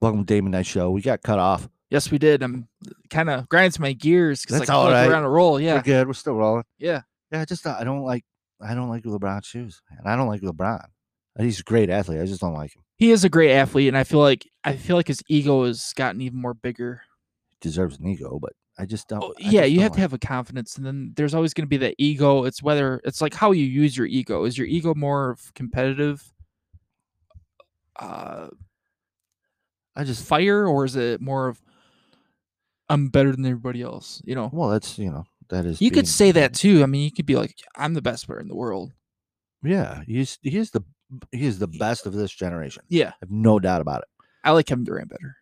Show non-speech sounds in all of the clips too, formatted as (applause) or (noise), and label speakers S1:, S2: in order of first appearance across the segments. S1: Welcome to Damon Night Show. We got cut off.
S2: Yes, we did. I'm kind of grinds my gears because
S1: That's
S2: like, I feel
S1: all
S2: like we're
S1: right.
S2: on a roll.
S1: We're
S2: Yeah,
S1: good. We're still rolling.
S2: Yeah.
S1: Yeah. I just don't- I don't like I don't like LeBron's shoes, man. I don't like LeBron. He's a great athlete. I just don't like him.
S2: he is a great athlete, and I feel like I feel like his ego has gotten even more bigger.
S1: deserves an ego, but I just don't.
S2: Oh,
S1: I
S2: yeah,
S1: just
S2: you
S1: don't
S2: have to
S1: like-
S2: have a confidence, and then there's always going to be that ego. It's whether it's like how you use your ego. Is your ego more of competitive uh,
S1: I just
S2: fire, or is it more of I'm better than everybody else? You know,
S1: well, that's you know that is.
S2: you
S1: being-
S2: could say that too. I mean, you could be like, I'm the best player in the world.
S1: (laughs) Yeah, he's he is the he is the best of this generation.
S2: Yeah,
S1: I have no doubt about it.
S2: I like Kevin Durant better.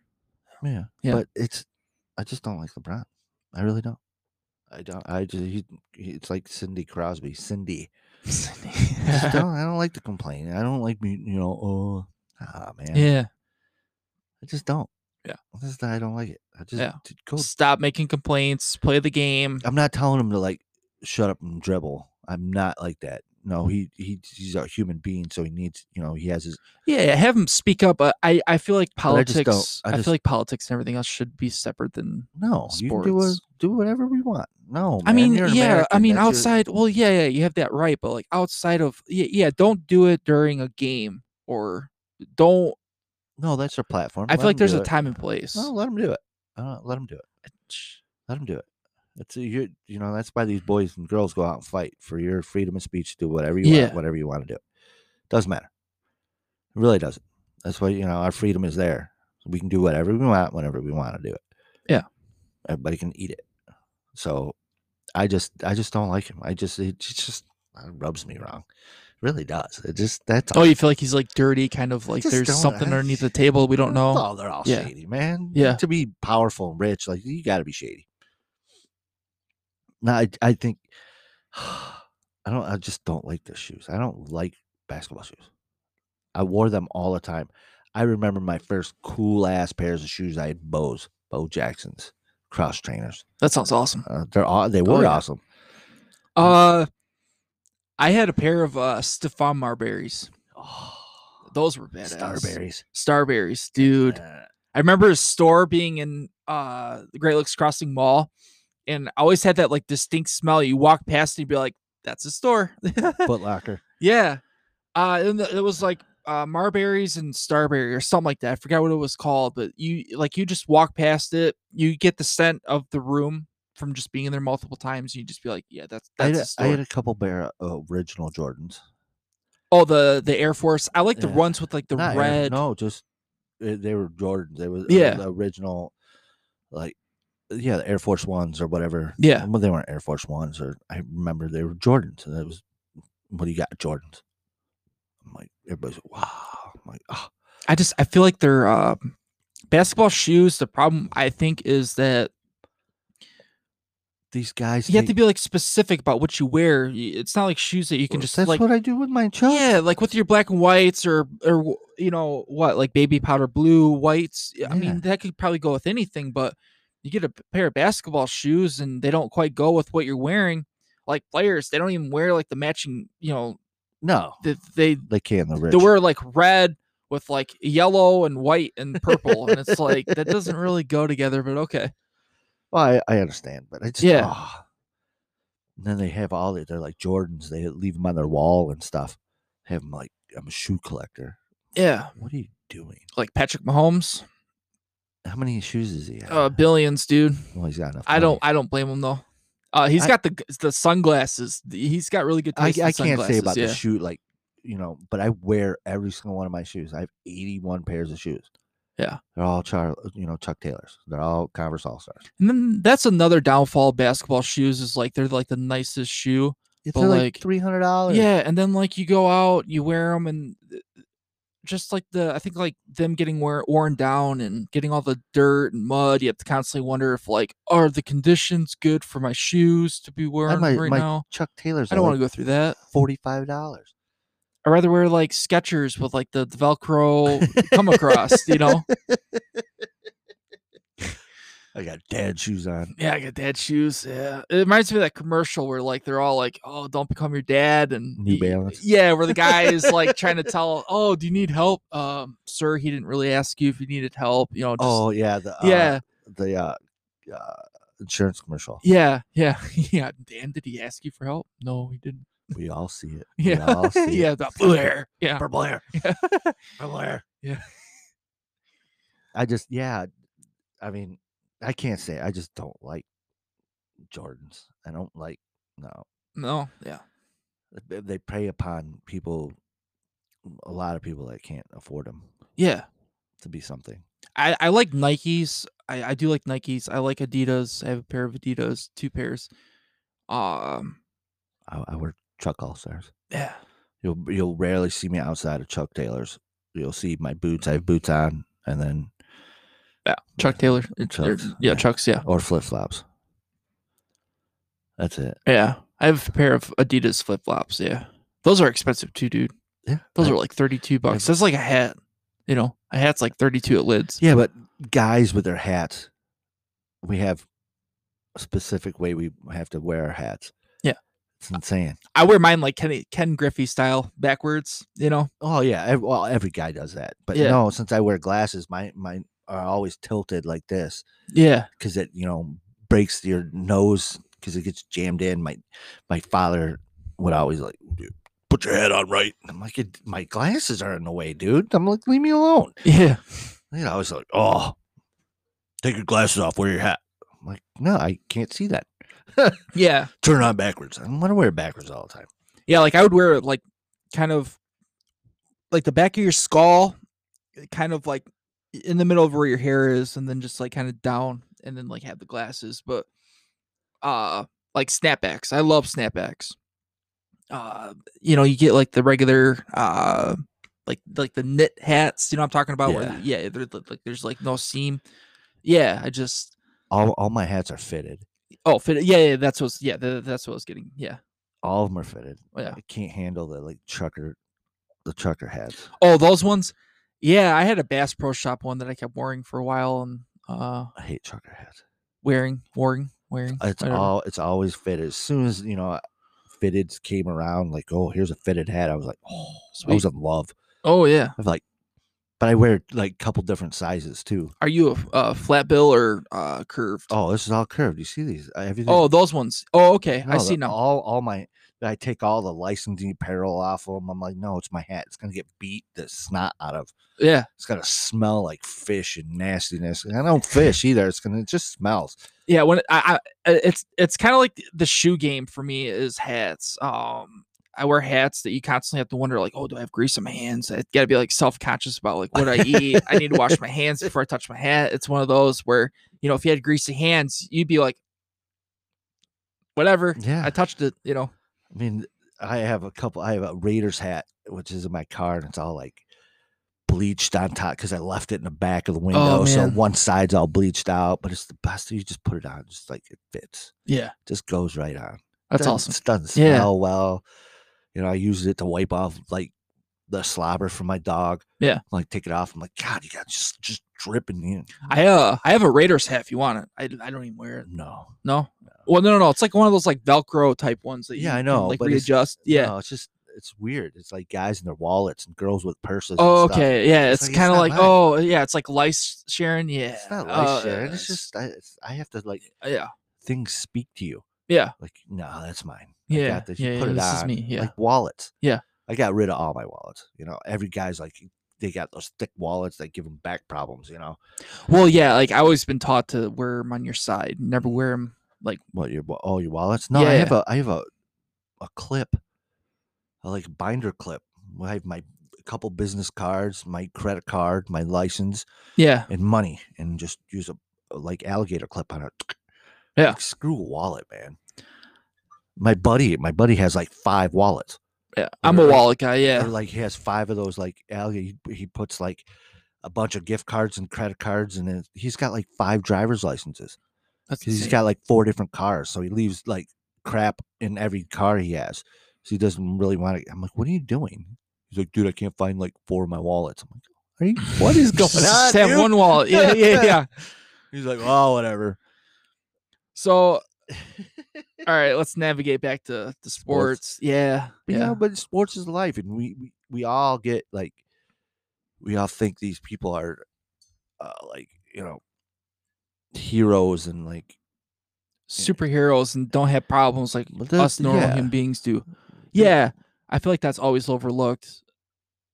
S1: Yeah,
S2: Yeah.
S1: but it's I just don't like LeBron. I really don't. I don't. I just he, he- it's like Cindy Crosby. Cindy. I (laughs) just don't. I don't like to complain. I don't like me. You know. Oh, ah man.
S2: (laughs) yeah,
S1: I just don't.
S2: Yeah.
S1: I just I don't like it. I just
S2: Yeah.
S1: d- go.
S2: stop making complaints. Play the game.
S1: I'm not telling him to like shut up and dribble. I'm not like that. No, he, he he's a human being, so he needs you know he has his
S2: Yeah, have him speak up. Uh, I I feel like
S1: I just don't-
S2: politics.
S1: I
S2: I,
S1: just-
S2: feel like politics and everything else should be separate than.
S1: no. You can do a,
S2: Sports.
S1: do whatever we want. No,
S2: I
S1: man,
S2: mean,
S1: you're
S2: yeah,
S1: an
S2: I
S1: American,
S2: mean
S1: that's your-
S2: outside. Well, yeah, yeah, you have that right, but like outside of yeah, yeah, don't do it during a game or don't.
S1: no, that's their platform.
S2: I
S1: Let
S2: feel like
S1: them
S2: there's
S1: do
S2: a
S1: it.
S2: time and place.
S1: No, let them do it. Uh, let them do it. Let them do it. That's you. You know that's why these boys and girls go out and fight for your freedom of speech. Do whatever you want,
S2: Yeah.
S1: whatever you want to do. Doesn't matter. It really doesn't. That's why you know our freedom is there. We can do whatever we want whenever we want to do it.
S2: Yeah.
S1: everybody can eat it. So I just I just don't like him. I just it j- just uh, rubs me wrong. really does. It just that's
S2: Oh,
S1: all.
S2: you feel like he's like dirty, kind of like
S1: just
S2: there's
S1: don't-
S2: something
S1: I-
S2: underneath the table we don't know.
S1: Oh, they're all
S2: Yeah.
S1: shady, man.
S2: Yeah.
S1: To be powerful and rich, like you got to be shady. No, I, I think (sighs) I don't. I just don't like their shoes. I don't like basketball shoes. I wore them all the time. I remember my first cool ass pairs of shoes. I had Bose, Bo Jacksons, cross trainers.
S2: That sounds awesome.
S1: Uh, they're aw- they
S2: Oh,
S1: were
S2: yeah.
S1: awesome.
S2: Uh, I had a pair of uh Stefan Marberries.
S1: Oh,
S2: Those were badass.
S1: Starberries,
S2: Starberries, dude.
S1: Uh,
S2: I remember a store being in uh the Great Lakes Crossing Mall, and I always had that like distinct smell. You walk past and you'd be like, "That's a store." (laughs)
S1: Foot Locker.
S2: yeah, uh, and th- it was like uh, Marberries and Starberry or something like that. I forgot what it was called, but you like you just walk past it, you get the scent of the room from just being in there multiple times. And you just be like, "Yeah, (laughs) that's
S1: I had,
S2: that's
S1: a,
S2: a store."
S1: I had a couple pair of original Jordans.
S2: oh, the the Air Force. I like the
S1: Yeah.
S2: ones with like the
S1: Not Air-
S2: red.
S1: no, just uh, they were Jordans. They were
S2: Yeah.
S1: the original, like yeah, the Air Force Ones or whatever.
S2: Yeah.
S1: well, they weren't Air Force Ones, or I remember they were Jordans, and it was what do you got, Jordans? I'm like everybody's like, wow. I'm like oh,
S2: I just I feel like they're uh, basketball shoes. The problem I think is that
S1: these guys.
S2: you have to
S1: think-
S2: be like specific about what you wear. Y- It's not like shoes that you can
S1: Well,
S2: just
S1: That's
S2: like
S1: what I do with my children.
S2: yeah, like with your black and whites or or w- you know what like baby powder blue whites. Yeah, I
S1: Yeah.
S2: mean that could probably go with anything, but you get a p- pair of basketball shoes and they don't quite go with what you're wearing. Like players, they don't even wear like the matching. You know,
S1: No,
S2: they they,
S1: they can. The rich.
S2: they wear like red with like yellow and white and purple, and
S1: (laughs)
S2: it's like that doesn't really go together. But okay.
S1: Well, I, I understand, but it's
S2: Yeah.
S1: And then they have all the, they're like Jordans. They leave them on their wall and stuff. Have them like I'm a shoe collector.
S2: Yeah,
S1: What are you doing?
S2: like Patrick Mahomes,
S1: How many shoes is he? Have?
S2: uh, billions, dude.
S1: well, he's got enough.
S2: I
S1: money.
S2: don't, I don't blame him though. Uh, he's
S1: I-
S2: got the g- the sunglasses. The- He's got really good
S1: I,
S2: taste. in
S1: I can't say
S2: sunglasses,
S1: about
S2: yeah.
S1: the shoe, like you know, but I wear every single one of my shoes. I have 81 pairs of shoes.
S2: Yeah.
S1: they're all Char, you know, Chuck Taylors. They're all Converse All Stars.
S2: And then that's another downfall of basketball shoes is like they're like the nicest shoe.
S1: It's
S2: But,
S1: like,
S2: like,
S1: three hundred dollars.
S2: Yeah, and then like you go out, you wear them, and th- just like the I think like them getting wear, worn down and getting all the dirt and mud, you have to constantly wonder if like are the conditions good for my shoes to be wearing
S1: my-
S2: right
S1: my
S2: now.
S1: Chuck Taylors.
S2: I don't want to go through that.
S1: Forty-five dollars.
S2: I'd rather wear like Skechers with like the, the Velcro come across, you know?
S1: I got dad shoes on.
S2: Yeah, I got dad shoes. Yeah, it reminds me of that commercial where like they're all like, "Oh, don't become your dad," and
S1: New
S2: y-
S1: Balance.
S2: Yeah, where the guy is
S1: (laughs)
S2: like trying to tell, "Oh, do you need help, um, sir?" He didn't really ask you if you needed help. You know. Just,
S1: Oh yeah, the uh,
S2: yeah,
S1: the uh, uh, insurance commercial.
S2: yeah, yeah, (laughs) yeah. Dan, did he ask you for help? No, he didn't.
S1: We all see
S2: (laughs)
S1: it.
S2: Yeah,
S1: we all see
S2: yeah,
S1: it.
S2: the blue hair. Yeah,
S1: purple hair,
S2: yeah.
S1: purple hair.
S2: (laughs) Yeah.
S1: I just yeah, I mean, I can't say I just don't like Jordans. I don't like no.
S2: no, yeah,
S1: They they prey upon people, a lot of people that can't afford them
S2: yeah.
S1: to be something.
S2: I, I like Nikes. I, I do like Nikes. I like Adidas. I have a pair of Adidas, two pairs. Um,
S1: I, I wear Chuck All Stars.
S2: yeah,
S1: You'll you'll rarely see me outside of Chuck Taylor's. You'll see my boots. I
S2: Mm-hmm.
S1: have boots on, and then
S2: yeah. Chuck Taylor. It's- they're-
S1: Chucks,
S2: Yeah,
S1: yeah.
S2: Chucks. Yeah,
S1: or flip flops. That's it.
S2: yeah. I have a pair of Adidas flip flops. Yeah, those are expensive too, dude.
S1: Yeah,
S2: Those
S1: I-
S2: are like thirty two bucks.
S1: I've-
S2: That's like a hat. You know, a hat's like thirty two at lids.
S1: Yeah, but guys with their hats, we have a specific way we have to wear our hats.
S2: Yeah.
S1: It's insane.
S2: I wear mine like Ken Ken Griffey style backwards. You know.
S1: Oh yeah, ev- well every guy does that. But
S2: Yeah.
S1: no, since I wear glasses, my mine are always tilted like this (laughs)
S2: Yeah.
S1: cuz it, you know, breaks your nose cuz it gets jammed in. My my father would always like "Dude, put your head on right. I'm like "It- my glasses are in the way, dude. I'm like leave me alone.
S2: Yeah.
S1: You know, I was like, oh, take your glasses off, wear your hat. I'm like, no, I can't see that.
S2: Yeah.
S1: Turn on backwards. I don't want to wear it backwards all the time.
S2: Yeah, like I would wear it like kind of like the back of your skull, uh, kind of like i- in the middle of where your hair is, and then just like kind of down, and then like have the glasses. But uh like snapbacks. I love snapbacks. Uh you know, you get like the regular uh like like the knit hats, you know what I'm talking about? Yeah, where,
S1: Yeah.
S2: yeah they're, like like, there's like no seam. Yeah, I just
S1: All, all my hats are fitted.
S2: oh fit yeah, yeah, that's what's yeah, tha- that's what I was getting. Yeah.
S1: All of them are fitted.
S2: Oh, yeah.
S1: I can't handle the like trucker, the trucker hats.
S2: Oh, those ones? Yeah, I had a Bass Pro Shop one that I kept wearing for a while and uh
S1: I hate trucker hats.
S2: wearing, wearing, wearing.
S1: Uh, It's
S2: I don't know.
S1: all it's always fitted. As soon as you know uh, fitteds came around, like oh here's a fitted hat. I was like, oh, I was
S2: Sweet.
S1: in love.
S2: Oh yeah.
S1: I was like, but I wear like a couple different sizes too.
S2: Are you a, f- a flat bill or uh curved?
S1: Oh, this is all curved. You see these? Uh, Everything.
S2: Oh, those ones. Oh, okay. I
S1: No,
S2: see
S1: the-
S2: now.
S1: All all my I take all the licensing apparel off of them. I'm like, no, it's my hat. It's gonna get beat the snot out of.
S2: Yeah.
S1: It's gonna smell like fish and nastiness. And I don't fish either. It's gonna it just smells.
S2: Yeah, when it- I, I uh, it's it's kind of like th- the shoe game for me is hats. Um I wear hats that you constantly have to wonder, like, oh, do I have grease on my hands? I gotta be like self conscious about like what I eat. I need to wash my hands before I touch my hat. It's one of those where, you know, if you had greasy hands, you'd be like, whatever.
S1: Yeah.
S2: I touched it, you know.
S1: I mean, I have a couple. I have a Raiders hat which is in my car, and it's all like bleached on top because I left it in the back of the window. so
S2: Oh, man.
S1: one side's all bleached out, but it's the best. You just put it on, just like it fits,
S2: Yeah.
S1: just goes right on.
S2: That's
S1: doesn't-
S2: awesome.
S1: It doesn't
S2: Yeah.
S1: smell well. You know, I used it to wipe off like the slobber from my dog.
S2: Yeah.
S1: Like take it off. I'm like, God, you got just just dripping in.
S2: I uh I have a Raiders hat if you want it. I, d- I don't even wear it.
S1: No.
S2: No. Well, no, no, no. It's like one of those like Velcro type ones that you
S1: Yeah, I
S2: can,
S1: know,
S2: like
S1: but it's-
S2: readjust. Yeah.
S1: No, it's just it's weird. It's like guys in their wallets and girls with purses.
S2: Oh,
S1: and stuff.
S2: okay. Yeah,
S1: It's
S2: it's,
S1: like, it's
S2: kind of
S1: not
S2: like,
S1: mine.
S2: oh, yeah, it's like lice sharing. Yeah,
S1: It's not like
S2: uh,
S1: shit. It's just I, it's, I have to like
S2: yeah,
S1: things speak to you.
S2: yeah,
S1: Like, no, that's mine. I
S2: yeah,
S1: got this. You
S2: yeah.
S1: put
S2: yeah,
S1: it
S2: this is
S1: on.
S2: me. Yeah,
S1: Like wallets.
S2: Yeah.
S1: I got rid of all my wallets. You know, every guy's like they got those thick wallets that give them back problems, you know.
S2: well, yeah. Like I always been taught to wear them on your side. Never wear them. Like
S1: What your wa- oh your wallets? No, I have a I have a a clip, a like binder clip. I have my a couple business cards, my credit card, my license,
S2: yeah,
S1: and money, and just use a a, like alligator clip on it.
S2: Yeah.
S1: Like, screw a wallet, man. My buddy, my buddy has like five wallets,
S2: yeah. I'm a
S1: or-
S2: wallet guy. Yeah,
S1: or like he has five of those like alligator. He, he puts like a bunch of gift cards and credit cards, and then he's got like five driver's licenses.
S2: that's
S1: Cause he's
S2: insane.
S1: got like four different cars, so he leaves like crap in every car he has. So he doesn't really want to. I'm like, what are you doing? He's like, dude, I can't find like four of my wallets. I'm
S2: (laughs)
S1: like, are you? What is going
S2: Just
S1: on?
S2: have
S1: dude?" (laughs)
S2: one wallet. Yeah, yeah, yeah.
S1: He's like, oh, whatever. (laughs)
S2: So, all right, let's navigate back to the sports.
S1: Sports.
S2: Yeah,
S1: But,
S2: yeah,
S1: you know, but sports is life, and we, we we all get like we all think these people are uh, like you know heroes and like
S2: superheroes and don't have problems like
S1: But that-
S2: us normal
S1: yeah.
S2: human beings do.
S1: Yeah.
S2: Yeah, I feel like that's always overlooked.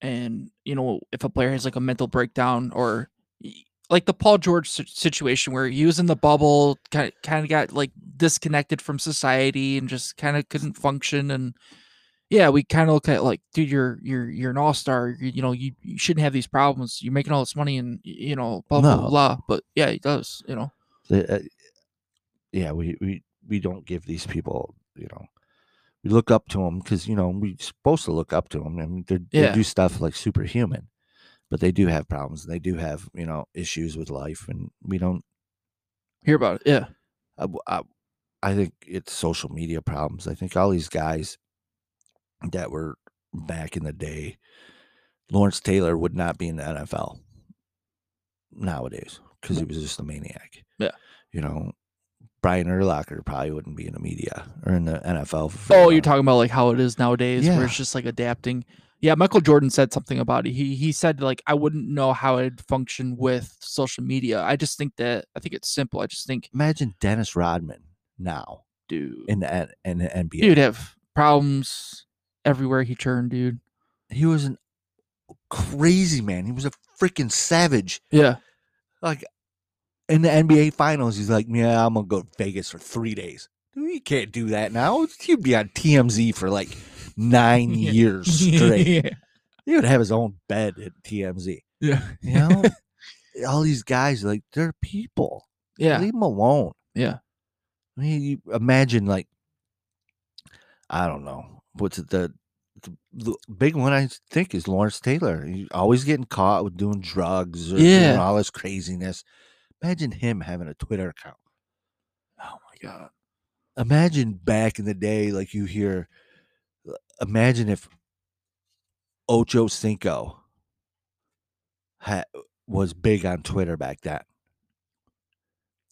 S2: And you know, if a player has like a mental breakdown or y- like the Paul George si- situation where he was in the bubble, kind of, kind of got like disconnected from society and just kind of couldn't function. And yeah, we kind of look at like, dude, you're you're you're an all star. You, you know, you, you shouldn't have these problems. You're making all this money, and y- you know, blah blah
S1: No.
S2: blah. But yeah, he does. You know.
S1: the, uh, yeah we we we don't give these people you know we look up to them because you know we're supposed to look up to them I mean, they're-
S2: Yeah.
S1: they do stuff like superhuman but they do have problems and they do have you know issues with life and we don't
S2: Hear about it. Yeah.
S1: I, uh, w- I- I think it's social media problems i think all these guys that were back in the day lawrence taylor would not be in the nfl nowadays because he was just a maniac
S2: Yeah.
S1: you know brian erlacher probably wouldn't be in the media or in the nfl for very
S2: Oh, you're
S1: long.
S2: talking about like how it is nowadays, where
S1: Yeah.
S2: it's just like adapting. Yeah, Michael Jordan said something about it. He he said like I wouldn't know how I'd function with social media. I just think that I think it's simple. I just think
S1: imagine dennis rodman now
S2: dude,
S1: in the, N- in the nba
S2: Uh, dude have problems everywhere he turned, dude.
S1: he was a crazy man he was a freaking savage
S2: Yeah,
S1: in the NBA Finals, he's like, "Yeah, I'm gonna go to Vegas for three days." Dude, you can't do that now. You'd be on TMZ for like nine
S2: Yeah.
S1: years (laughs) straight.
S2: yeah,
S1: he would have his own bed at TMZ.
S2: (laughs) yeah,
S1: You know, all these guys like they're people.
S2: yeah,
S1: Leave them alone.
S2: Yeah.
S1: I mean, you imagine like, I don't know what's it, the. The the big one I think is Lawrence Taylor. He's always getting caught with doing drugs or doing
S2: Yeah.
S1: all this craziness. Imagine him having a Twitter account.
S2: Oh my god.
S1: imagine back in the day, like you hear, l- imagine if Ocho Cinco ha- was big on Twitter back then,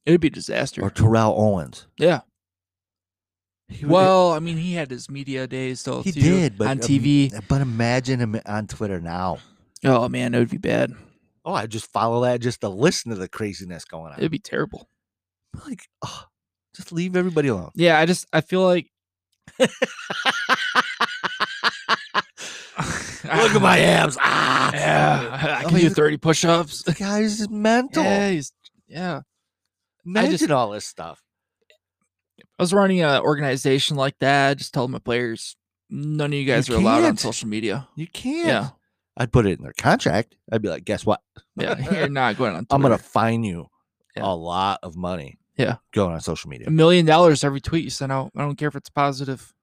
S2: It'd be a disaster.
S1: or Terrell Owens.
S2: yeah.
S1: He w-
S2: Well, I mean, he had his media days though.
S1: he
S2: too,
S1: did, but
S2: on
S1: im-
S2: TV.
S1: but imagine him on Twitter now.
S2: Oh man, it would be bad.
S1: Oh, I just follow that just to listen to the craziness going on.
S2: It'd be terrible.
S1: like, ugh, just leave everybody alone.
S2: Yeah, I just I feel like
S1: Look at
S2: (laughs)
S1: my abs. Ah,
S2: Yeah, I
S1: I
S2: can
S1: mean,
S2: do
S1: the-
S2: thirty push-ups.
S1: the guy is mental.
S2: Yeah, he's- yeah.
S1: Imagine
S2: just-
S1: all this stuff.
S2: I was running an organization like that. Just telling my players, none of you guys are allowed on
S1: can't. (laughs)
S2: social media.
S1: You can't.
S2: Yeah,
S1: I'd put it in their contract. I'd be like, guess what?
S2: yeah, you're not going on. Twitter.
S1: I'm gonna fine you
S2: Yeah.
S1: a lot of money.
S2: Yeah. Mm.
S1: Going on social
S2: a
S1: media.
S2: million dollars every tweet you send out. I don't care if it's positive.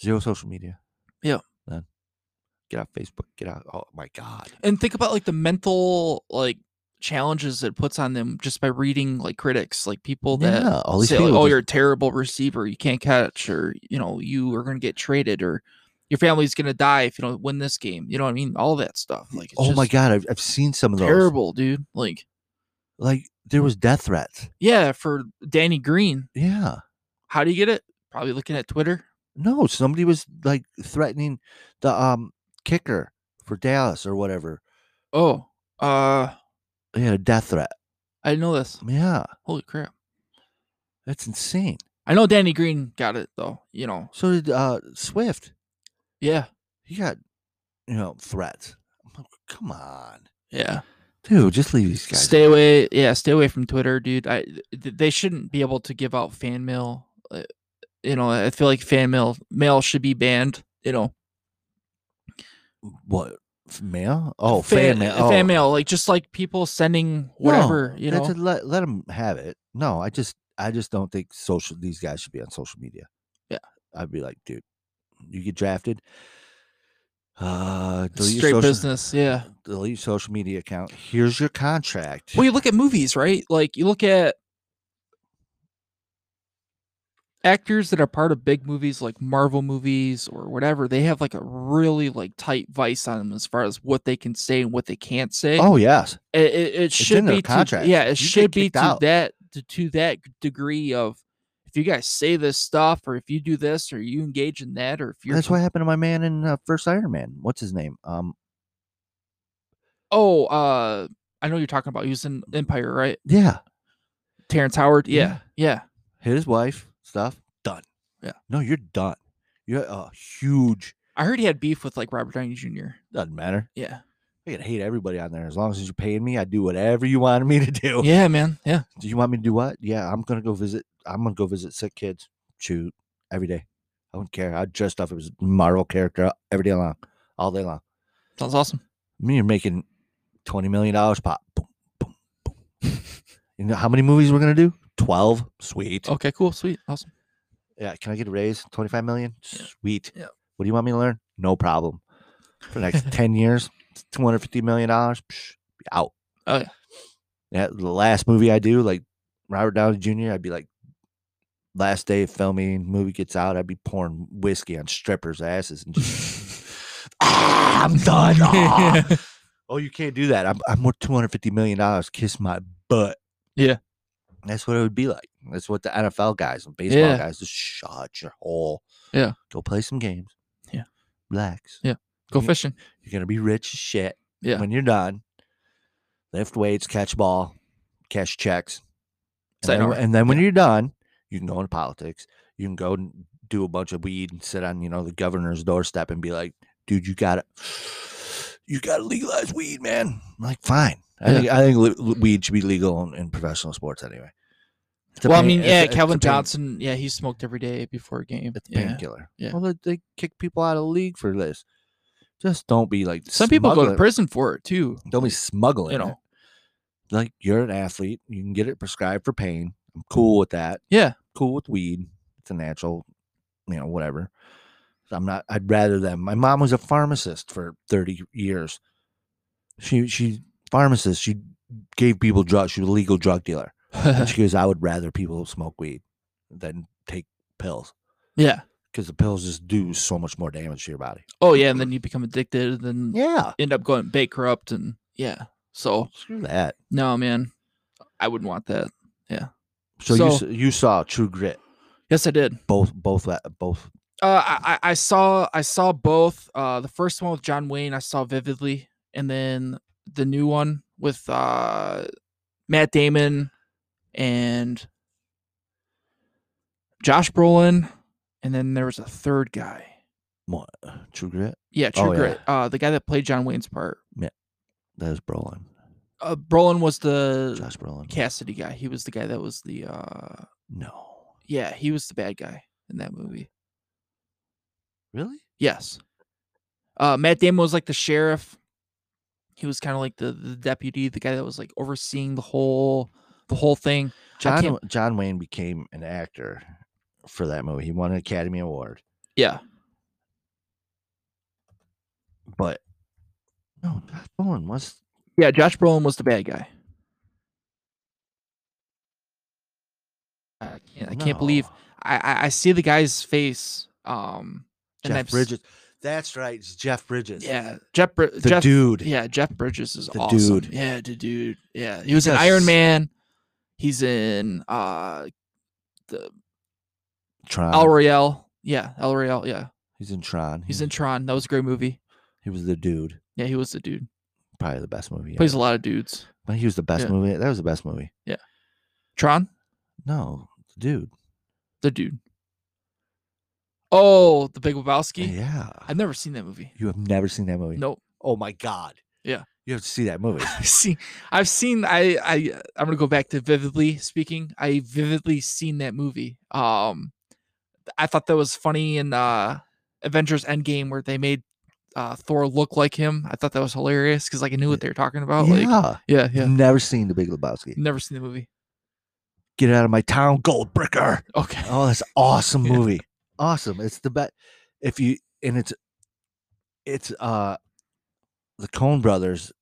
S1: Zero social media.
S2: Yeah.
S1: None. Get out Facebook. Get out. Oh my God.
S2: And think about like the mental like challenges it puts on them just by reading like critics, like people that
S1: yeah. All these
S2: say,
S1: people.
S2: like, oh,
S1: just-
S2: you're a terrible receiver. You can't catch, or you know, you are going to get traded, or your family's going to die if you don't win this game. You know what I mean? All that stuff. Like, it's
S1: oh my
S2: just
S1: God. I've, I've seen some of those.
S2: terrible, dude. Like,
S1: Like there was death threats.
S2: yeah, for Danny Green,
S1: Yeah.
S2: how do you get it? Probably looking at Twitter.
S1: No, somebody was like threatening the um kicker for Dallas or whatever.
S2: Oh, uh,
S1: They had a death threat.
S2: I didn't know this.
S1: Yeah.
S2: Holy crap!
S1: That's insane.
S2: I know Danny Green got it though. You know,
S1: So did uh Swift.
S2: yeah,
S1: He got, you know, threats. I'm like, come on.
S2: yeah.
S1: Dude, just leave these guys.
S2: Stay away. Yeah, stay away from Twitter, dude. I th- th- they shouldn't be able to give out fan mail. uh, You know, I feel like fan mail mail should be banned. You know,
S1: what f- mail? Oh, fan, mail. Oh.
S2: fan mail, like just like people sending
S1: No,
S2: whatever. you know,
S1: that's a- let let them have it. No, I just I just don't think social. These guys should be on social media.
S2: Yeah.
S1: I'd be like, dude, you get drafted. Uh, delete
S2: straight
S1: your social,
S2: business. Yeah.
S1: Delete your social media account. Here's your contract.
S2: Well, you look at movies, right? Like you look at actors that are part of big movies like Marvel movies or whatever. They have like a really like tight vice on them as far as what they can say and what they can't say.
S1: oh yes,
S2: it, it, it should
S1: in their
S2: be to,
S1: contract.
S2: yeah,
S1: You get
S2: it should be
S1: kicked
S2: to
S1: out.
S2: that to, to that g- degree of if you guys say this stuff or if you do this or you engage in that or if you're
S1: That's what happened to my man in uh, first Iron Man. What's his name? Um,
S2: oh uh I know you're talking about. He was in Empire, right?
S1: yeah,
S2: Terrence Howard.
S1: Yeah.
S2: Yeah. Yeah.
S1: hit his wife, stuff, done.
S2: Yeah.
S1: No, you're done. You're a huge.
S2: I heard he had beef with like Robert Downey Jr.
S1: Doesn't matter.
S2: Yeah.
S1: I can hate everybody on there as long as you're paying me. I do whatever you wanted me to do.
S2: Yeah, man. Yeah.
S1: Do you want me to do what? Yeah, I'm gonna go visit. I'm gonna go visit sick kids. Shoot, every day. I don't care. I dressed up as a Marvel character every day long, all day long.
S2: Sounds awesome.
S1: I mean, you're making twenty million dollars pop. Boom, boom, boom. you know how many movies we're gonna do? Twelve. Sweet.
S2: Okay, cool. Sweet. Awesome.
S1: Yeah. Can I get a raise? Twenty-five million.
S2: Yeah.
S1: Sweet.
S2: Yeah.
S1: What do you want me to learn? No problem. For the
S2: (laughs)
S1: next ten years, two hundred fifty million dollars. Be out.
S2: Oh, yeah.
S1: Yeah. The last movie I do, like Robert Downey Jr., I'd be like, last day of filming, movie gets out, I'd be pouring whiskey on strippers' asses and just.
S2: (laughs)
S1: Ah, I'm done. Ah. (laughs) Oh, you can't do that. I'm, I'm worth two hundred fifty million dollars. Kiss my butt.
S2: Yeah.
S1: that's what it would be like. That's what the NFL guys and baseball
S2: Yeah.
S1: guys just shut your hole.
S2: Yeah.
S1: go play some games.
S2: Yeah.
S1: relax.
S2: Yeah. Go
S1: Yeah.
S2: fishing.
S1: You're gonna be rich as shit.
S2: Yeah.
S1: when you're done, lift weights, catch ball, cash checks,
S2: Say
S1: and then,
S2: no.
S1: and then when you're done, you can go into politics. You can go and do a bunch of weed and sit on you know the governor's doorstep and be like, dude, you gotta, you gotta legalize weed, man. I'm like, fine. I
S2: Yeah.
S1: think I think li- li- weed should be legal in, in professional sports anyway. It's a
S2: Well, I
S1: pain-
S2: mean,
S1: it's
S2: yeah,
S1: a- it's a
S2: Calvin
S1: pain-
S2: Johnson, yeah, he smoked every day before a game.
S1: It's a
S2: yeah.
S1: painkiller.
S2: Yeah.
S1: Well, they, they kick people out of the league for this. Just don't be like
S2: Some people go to
S1: smuggling-
S2: prison for
S1: (laughs)
S2: it too. (laughs)
S1: Don't be smuggling.
S2: You
S1: it.
S2: know.
S1: like you're an athlete, you can get it prescribed for pain. I'm cool with that.
S2: Mm-hmm. Yeah.
S1: cool with weed. It's a natural, you know, whatever. I'm not. I'd rather them. My mom was a pharmacist for 30 years. She she pharmacist. She gave people drugs. She was a legal drug dealer. And
S2: (laughs)
S1: she goes, I would rather people smoke weed than take pills
S2: yeah.
S1: because the pills just do so much more damage to your body.
S2: Oh yeah, and then you become addicted, and then
S1: Yeah,
S2: end up going bankrupt, and yeah. So
S1: screw that.
S2: no, man, I wouldn't want that.
S1: So, you
S2: So-
S1: s- you saw True Grit.
S2: Yes, I did.
S1: Both both la- both.
S2: Uh, I I I saw I saw both. Uh, the first one with John Wayne, I saw vividly, and then the new one with uh Matt Damon and Josh Brolin, and then there was a third guy.
S1: What, True Grit.
S2: Yeah, True
S1: Oh, yeah.
S2: Grit. Uh, the guy that played John Wayne's part.
S1: That is Brolin.
S2: Uh, Brolin was the
S1: Josh Brolin.
S2: Cassidy guy. He was the guy that was the uh,
S1: No.
S2: yeah, he was the bad guy in that movie.
S1: Really?
S2: Yes. Uh, Matt Damon was like the sheriff. He was kind of like the, the deputy, the guy that was like overseeing the whole the whole thing.
S1: John
S2: can't-
S1: John Wayne became an actor for that movie. He won an Academy Award,
S2: Yeah.
S1: but no, Josh Brolin was.
S2: Yeah, Josh Brolin was the bad guy. I can't, I can't believe
S1: no.
S2: I, I I see the guy's face. Um, and
S1: Jeff
S2: I've s-
S1: Bridges. That's right. It's Jeff Bridges.
S2: Yeah, Jeff. Br-
S1: the
S2: Jeff
S1: dude.
S2: Yeah, Jeff Bridges is
S1: The
S2: awesome.
S1: dude.
S2: Yeah, the dude. Yeah, he was in
S1: Yes.
S2: Iron Man. He's in uh the
S1: Tron.
S2: El Royale. Yeah, El Royale. Yeah,
S1: He's in Tron.
S2: he's
S1: He-
S2: in Tron. That was a great movie.
S1: He was the dude.
S2: Yeah, he was the dude.
S1: Probably the best movie.
S2: Plays
S1: ever.
S2: a lot of dudes.
S1: But he was the best
S2: yeah.
S1: movie. That was the best movie.
S2: Tron,
S1: No, the dude.
S2: the dude. Oh, the Big Lebowski.
S1: Yeah.
S2: I've never seen that movie.
S1: You have never seen that movie.
S2: Nope.
S1: Oh my god.
S2: Yeah.
S1: You have to see that
S2: (laughs)
S1: movie.
S2: I've seen. I've seen. I. I. I'm gonna go back to vividly speaking. I vividly seen that movie. Um, I thought that was funny in uh, Avengers Endgame where they made uh, Thor look like him. I thought that was hilarious because like I knew what they were talking about.
S1: yeah.
S2: Like, yeah,
S1: You've
S2: yeah.
S1: Never seen The Big Lebowski.
S2: Never seen the movie.
S1: Get out of my town, gold bricker.
S2: Okay. (laughs)
S1: Oh, that's awesome
S2: Yeah.
S1: movie. Awesome. It's the best. If you and it's it's uh the Coen brothers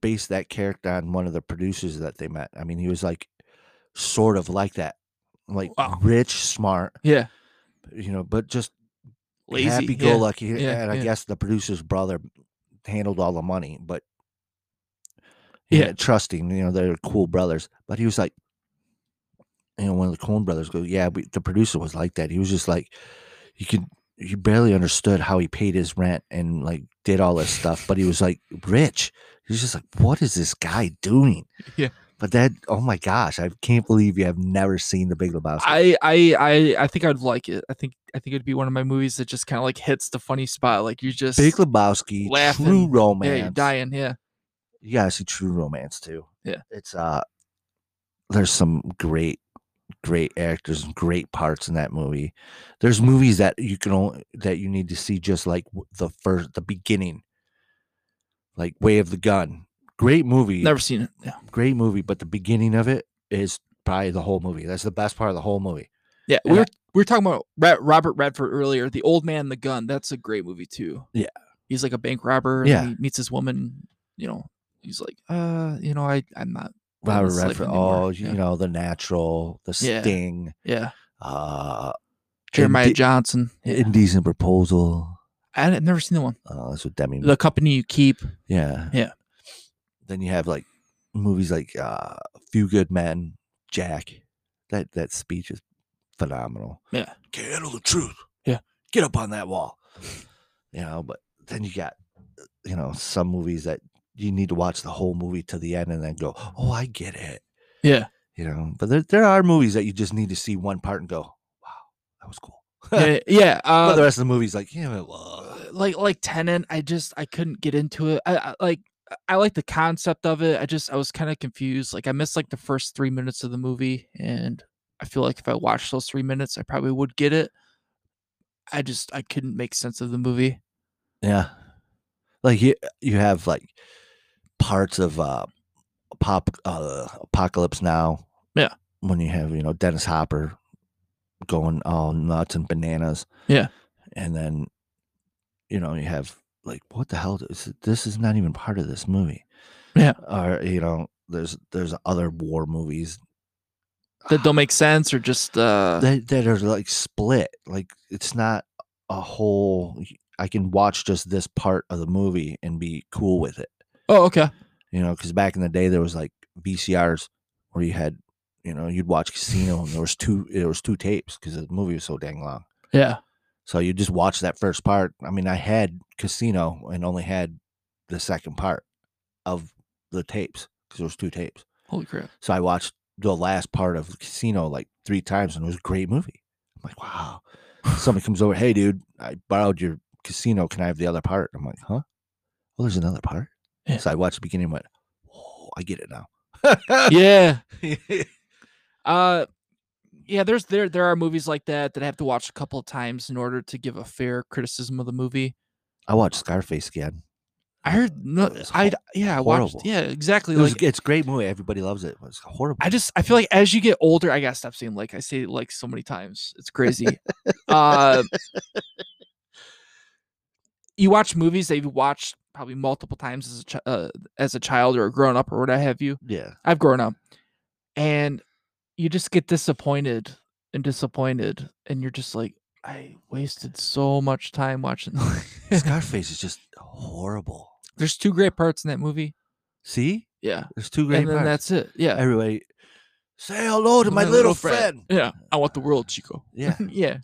S1: based that character on one of the producers that they met. I mean, he was like sort of like that. Like
S2: Wow.
S1: rich, smart,
S2: Yeah.
S1: you know, but just
S2: Lazy.
S1: happy
S2: yeah.
S1: go lucky.
S2: yeah,
S1: uh, and I
S2: yeah.
S1: guess the producer's brother handled all the money, but you know,
S2: Yeah.
S1: trusting, you know, they're cool brothers. But he was like, you know, one of the Coen brothers goes, "Yeah, we, the producer was like that. He was just like, you could, you barely understood how he paid his rent and like did all this stuff, but he was like rich. He was just like, what is this guy doing?
S2: Yeah.
S1: But that, oh my gosh, I can't believe you have never seen The Big Lebowski.
S2: I, I I I think I'd like it. I think I think it'd be one of my movies that just kind of like hits the funny spot. Like you just
S1: Big Lebowski,
S2: laughing.
S1: True
S2: yeah,
S1: Romance.
S2: you're dying. Yeah,
S1: you gotta see True Romance too.
S2: Yeah.
S1: it's uh, there's some great, great actors and great parts in that movie. There's movies that you can only that you need to see just like w- the first, the beginning, like Way of the Gun. Great movie,
S2: never seen it. Yeah,
S1: great movie, but the beginning of it is probably the whole movie. That's the best part of the whole movie.
S2: yeah. We
S1: And I-
S2: were we were talking about Ra- Robert Redford earlier. The Old Man, and the Gun. That's a great movie too.
S1: Yeah.
S2: he's like a bank robber. and
S1: Yeah.
S2: he meets his woman. You know, he's like, uh, you know, I I'm not. Well,
S1: Robert
S2: it's like
S1: Redford,
S2: anymore,
S1: oh,
S2: yeah.
S1: you know, The Natural, The
S2: Yeah.
S1: Sting,
S2: Yeah,
S1: uh,
S2: Jeremiah
S1: Indi-
S2: Johnson. Yeah.
S1: Indecent Proposal.
S2: I had never seen the one.
S1: Oh, that's what Demi.
S2: The Company
S1: (laughs)
S2: You Keep.
S1: Yeah.
S2: Yeah.
S1: Then you have like movies like uh Few Good Men, Jack. That that speech is phenomenal.
S2: Yeah.
S1: Can't handle the truth.
S2: Yeah.
S1: Get up on that wall. You know, but then you got uh, you know, some movies that you need to watch the whole movie to the end and then go, Oh, I get it.
S2: Yeah.
S1: You know, but there, there are movies that you just need to see one part and go, Wow, that was cool.
S2: yeah, yeah. Uh,
S1: but the rest of the movie's like, yeah, well,
S2: uh, like like Tenant, I just I couldn't get into it. I, I like I- I like the concept of it. I just I was kind of confused. Like I missed like the first three minutes of the movie, and I feel like if I watched those three minutes, I probably would get it. I just I couldn't make sense of the movie.
S1: Yeah. Like you you have like parts of uh pop uh apocalypse now.
S2: Yeah.
S1: When you have, you know, Dennis Hopper going all nuts and bananas.
S2: Yeah.
S1: And then you know, you have like what the hell is it- this is not even part of this movie.
S2: Yeah.
S1: Or you know, there's there's other war movies
S2: That don't make sense, or just uh,
S1: that that are like split. Like it's not a whole I can watch just this part of the movie and be cool with it.
S2: oh okay,
S1: you know because back in the day there was like vcrs where you had you know you'd watch casino and there was two there was two tapes because the movie was so dang long
S2: yeah,
S1: so you just watch that first part i mean i had casino and only had the second part of the tapes because there was two tapes
S2: holy
S1: (laughs)
S2: crap,
S1: so i watched the last part of casino like three times and it was a great movie i'm like wow somebody comes over hey dude i borrowed your casino can i have the other part i'm like huh well there's another part
S2: Yeah.
S1: so i watched the beginning and went oh i get it now
S2: yeah.
S1: yeah,
S2: Uh yeah, there's there there are movies like that that I have to watch a couple of times in order to give a fair criticism of the movie.
S1: (laughs) I watched Scarface again.
S2: I heard no,
S1: was
S2: I
S1: hor-
S2: yeah, I
S1: horrible.
S2: watched yeah, exactly
S1: It was,
S2: like
S1: it's a great movie. Everybody loves it. but It's horrible.
S2: I just I feel like as you get older, I gotta stop saying like I say like so many times. It's crazy. uh, you watch movies that you've watched probably multiple times as a chi- uh, as a child or grown up or what have you.
S1: yeah,
S2: (laughs) I've grown up, and you just get disappointed and disappointed, and you're just like, I wasted so much time watching. (laughs)
S1: Scarface is just horrible.
S2: There's two great parts in that movie.
S1: See,
S2: Yeah,
S1: there's two great
S2: and then
S1: parts.
S2: that's it. Yeah,
S1: Everybody say hello to my
S2: My
S1: little,
S2: little
S1: friend.
S2: yeah. I want the world, Chico.
S1: Yeah,
S2: (laughs) yeah.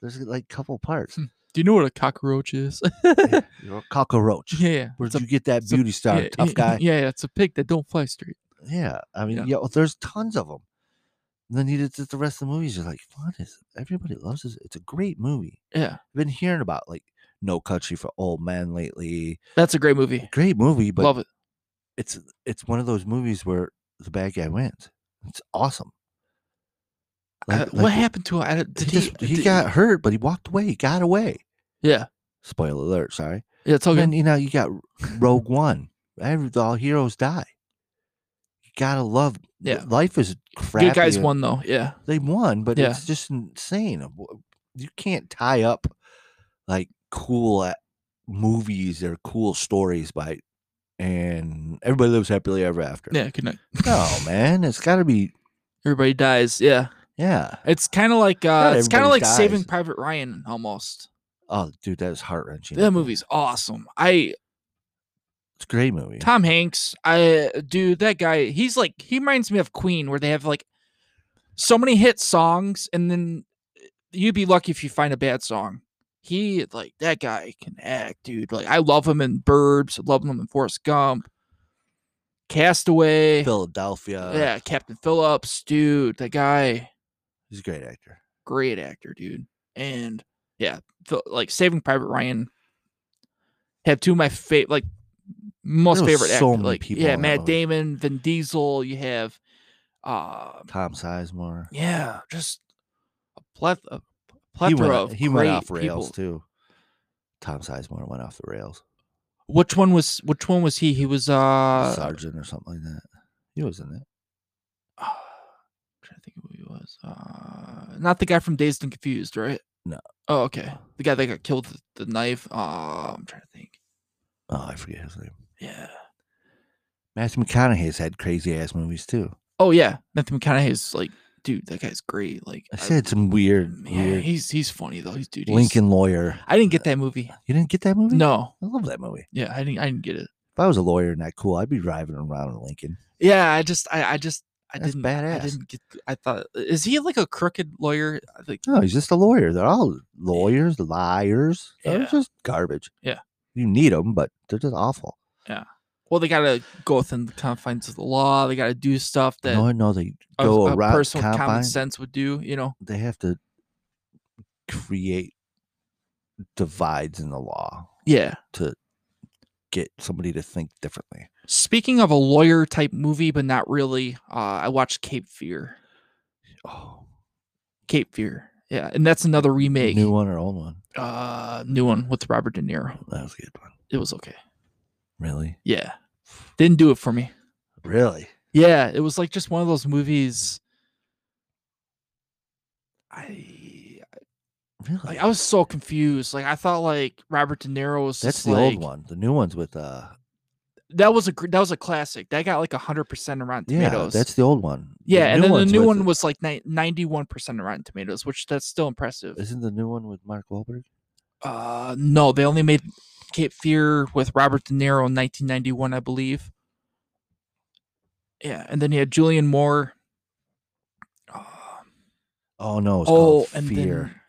S1: there's like couple parts.
S2: Do you know what a cockroach is? (laughs)
S1: yeah. (laughs) You're a cockroach.
S2: Yeah, yeah.
S1: Where'd
S2: it's a-
S1: you get that
S2: it's a-
S1: beauty star,
S2: (laughs) yeah,
S1: tough
S2: yeah,
S1: guy?
S2: Yeah, yeah, it's a pig that don't fly straight.
S1: Yeah, I mean,
S2: Yeah.
S1: yeah, well, there's tons of them. And then you did the- the rest of the movies. You're like, what is? Everybody loves this. It's a great movie.
S2: Yeah,
S1: I've been hearing about like No Country for Old Men lately.
S2: that's a great movie.
S1: Great movie, but
S2: Love it.
S1: it's it's one of those movies where the bad guy wins. It's awesome.
S2: I-
S1: Like-
S2: Uh, what
S1: like,
S2: happened to it? I, don't-
S1: He,
S2: did he?
S1: just, he
S2: did-
S1: got hurt, but he walked away. He got away.
S2: Yeah,
S1: Spoiler alert. Sorry.
S2: yeah. It's all
S1: And
S2: good.
S1: then you know you got Rogue One. Every all heroes die. You gotta love.
S2: Yeah.
S1: Life is crappy.
S2: Good guys
S1: and-
S2: won though. Yeah,
S1: they won, but
S2: Yeah.
S1: it's just insane. of wh- You can't tie up like cool uh, movies or cool stories by and everybody lives happily ever after.
S2: yeah. Good night.
S1: No, man, it's got to be
S2: Everybody dies. Yeah,
S1: yeah.
S2: it's kind of like uh, it's kind of
S1: everybody
S2: like Saving
S1: dies.
S2: Private Ryan almost.
S1: Oh, dude, that is heart wrenching.
S2: That movie's awesome. I
S1: It's a great movie.
S2: Tom uh, Hanks. I dude, that guy. He's like he reminds me of Queen, where they have like so many hit songs, and then uh, you'd be lucky if you find a bad song. He like that guy can act, dude. Like I love him in Burbs, love him in Forrest Gump, Castaway,
S1: Philadelphia.
S2: yeah, Captain Phillips, dude. That guy,
S1: he's a great actor.
S2: great actor, dude. And yeah, Phil- like Saving Private Ryan had two of my favorite, like most
S1: There was
S2: favorite
S1: so
S2: actors.
S1: many
S2: Like
S1: people
S2: yeah,
S1: in that
S2: Matt
S1: movie.
S2: Damon, Vin Diesel. You have, uh,
S1: Tom Sizemore.
S2: yeah, just a pleth- a
S1: he
S2: plethora
S1: went,
S2: of
S1: he went off
S2: great
S1: rails
S2: people.
S1: too. Tom Sizemore went off the rails.
S2: Which one was which one was he? He was uh,
S1: Sergeant or something like that. He was in it.
S2: (sighs) I'm trying to think of who he was. Uh, not the guy from Dazed and Confused, right?
S1: No.
S2: Oh, okay. The guy that got killed with the knife. Uh, I'm trying to think.
S1: Oh, I forget his name.
S2: Yeah.
S1: Matthew McConaughey's had crazy ass movies too.
S2: Oh yeah, Matthew McConaughey's like, dude, that guy's great. Like
S1: I said some weird,
S2: man,
S1: weird
S2: he's he's funny though. He's dude. he's-
S1: Lincoln lawyer.
S2: I didn't get that movie.
S1: You didn't get that movie?
S2: No.
S1: I love that movie.
S2: Yeah, I didn't. I didn't get it.
S1: If I was a lawyer and that cool, I'd be driving around in Lincoln.
S2: Yeah, I just, I, I just, I
S1: That's
S2: didn't. I
S1: badass.
S2: didn't get. I thought, is he like a crooked lawyer? I think.
S1: No, he's just a lawyer. They're all lawyers, liars. They're
S2: Yeah.
S1: just garbage.
S2: Yeah.
S1: You need them, but they're just awful.
S2: Well, they gotta go within the confines of the law. They gotta do stuff that
S1: no, no, they
S2: a,
S1: go
S2: a
S1: around
S2: person with common
S1: confines.
S2: sense would do. You know.
S1: They have to create divides in the law
S2: Yeah.
S1: to get somebody to think differently.
S2: Speaking of a lawyer type movie, but not really. Uh, I watched Cape Fear.
S1: Oh,
S2: Cape Fear. Yeah, and that's another remake.
S1: new one or old one?
S2: uh new one with Robert De Niro.
S1: That was a good one.
S2: It was okay.
S1: Really?
S2: Yeah. Didn't do it for me.
S1: Really?
S2: Yeah, it was like just one of those movies I
S1: Really?
S2: like I was so confused. Like I thought like Robert De Niro was
S1: That's
S2: just
S1: the
S2: like-
S1: old one. The new one's with uh
S2: That was a gr- that was a classic. That got like 100% around
S1: yeah,
S2: tomatoes.
S1: that's the old one. The
S2: yeah, and then the
S1: one's
S2: new
S1: with-
S2: one was like ni- 91% around tomatoes, which that's still impressive.
S1: Isn't the new one with Mark Wahlberg?
S2: Uh no, they only made Cape Fear with Robert De Niro in 1991, I believe. Yeah, and then he had Julian Moore. Uh,
S1: Oh no, it's
S2: oh,
S1: called
S2: and
S1: Fear.
S2: then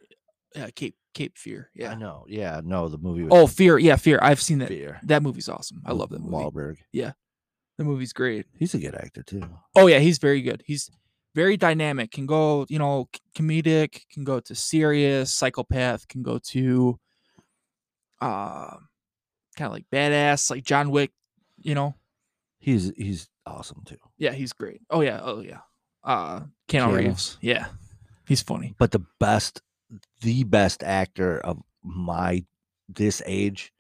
S2: yeah, Cape Cape Fear.
S1: I
S2: Yeah.
S1: know. Yeah, no, the movie was
S2: Oh, Fear. Yeah, Fear. I've seen that.
S1: Fear.
S2: That movie's awesome. I
S1: with
S2: love that movie.
S1: Wahlberg.
S2: The movie's great.
S1: He's a good actor too.
S2: Oh yeah, he's very good. He's very dynamic. Can go, you know, c- comedic. Can go to serious. Psychopath. Can go to, uh, kind of like badass, like John Wick. You know.
S1: He's he's awesome too.
S2: Yeah, he's great. Oh yeah, oh yeah. Uh Keanu
S1: Keanu.
S2: Reeves. Yeah. He's funny.
S1: But the best the best actor of my this age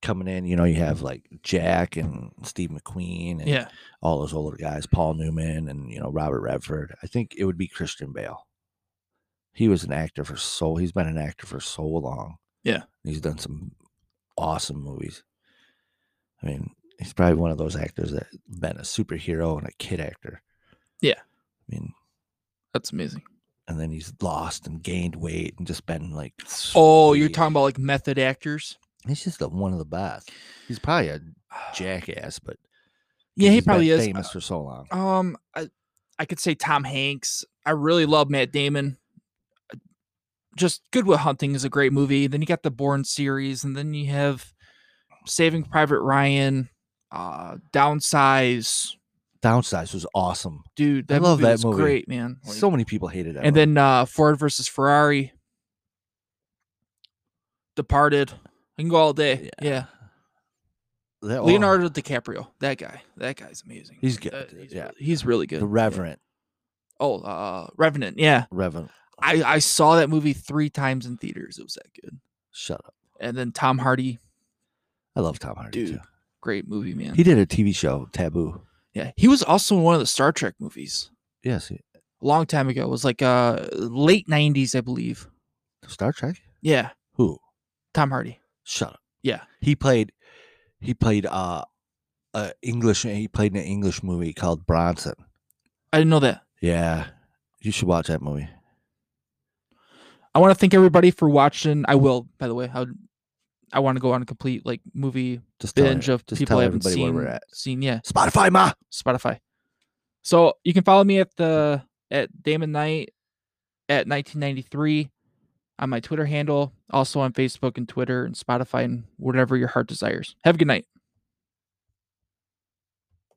S1: coming in, you know, you have like Jack and Steve McQueen and
S2: Yeah.
S1: all those older guys, Paul Newman and you know Robert Redford. I think it would be Christian Bale. He was an actor for so he's been an actor for so long.
S2: Yeah.
S1: He's done some awesome movies. I mean, he's probably one of those actors that been a superhero and a kid actor.
S2: Yeah.
S1: I mean,
S2: That's amazing.
S1: and then he's lost and gained weight and just been like
S2: Oh, you're
S1: sweet.
S2: talking about like method actors?
S1: he's just the, one of the best. He's probably a jackass, but
S2: Yeah, he
S1: he's been
S2: probably is.
S1: famous for so long.
S2: Um I I could say Tom Hanks. I really love Matt Damon. Uh, Just Goodwill Hunting is a great movie. Then you got the Bourne series, and then you have Saving Private Ryan, uh Downsize.
S1: Downsize was awesome.
S2: Dude,
S1: I
S2: that
S1: love
S2: movie
S1: that
S2: was
S1: movie.
S2: great, man. Like-
S1: so many people hated that.
S2: and
S1: movie.
S2: then uh Ford versus Ferrari, Departed. I can go all day. Yeah,
S1: That- oh,
S2: Leonardo DiCaprio, that guy, that guy's amazing.
S1: He's good,
S2: Uh, he's
S1: yeah.
S2: really, he's really good.
S1: the Reverend,
S2: Oh, uh, Revenant. Yeah,
S1: Reverend,
S2: I I saw that movie three times in theaters. It was that good.
S1: shut up.
S2: And then Tom Hardy,
S1: I love Tom Hardy
S2: Dude.
S1: too.
S2: great movie, man.
S1: He did a TV show, Taboo.
S2: yeah, he was also in one of the Star Trek movies
S1: Yes, he-
S2: a long time ago. It was like uh late '90s, I believe.
S1: Star Trek.
S2: Yeah,
S1: Who?
S2: Tom Hardy.
S1: Shut up.
S2: Yeah.
S1: He played. He played uh, uh English. He played in an English movie called Bronson.
S2: I didn't know that.
S1: Yeah, you should watch that movie.
S2: I want to thank everybody for watching. I will, by the way. I would, I want to go on a complete like movie
S1: Just tell
S2: binge
S1: her-
S2: of
S1: just
S2: people
S1: tell
S2: I haven't
S1: everybody
S2: seen.
S1: where we're at.
S2: Seen yeah,
S1: Spotify, ma.
S2: Spotify. So you can follow me at the at Damon Knight at 1993 on my Twitter handle, also on Facebook and Twitter and Spotify and whatever your heart desires. Have a good night.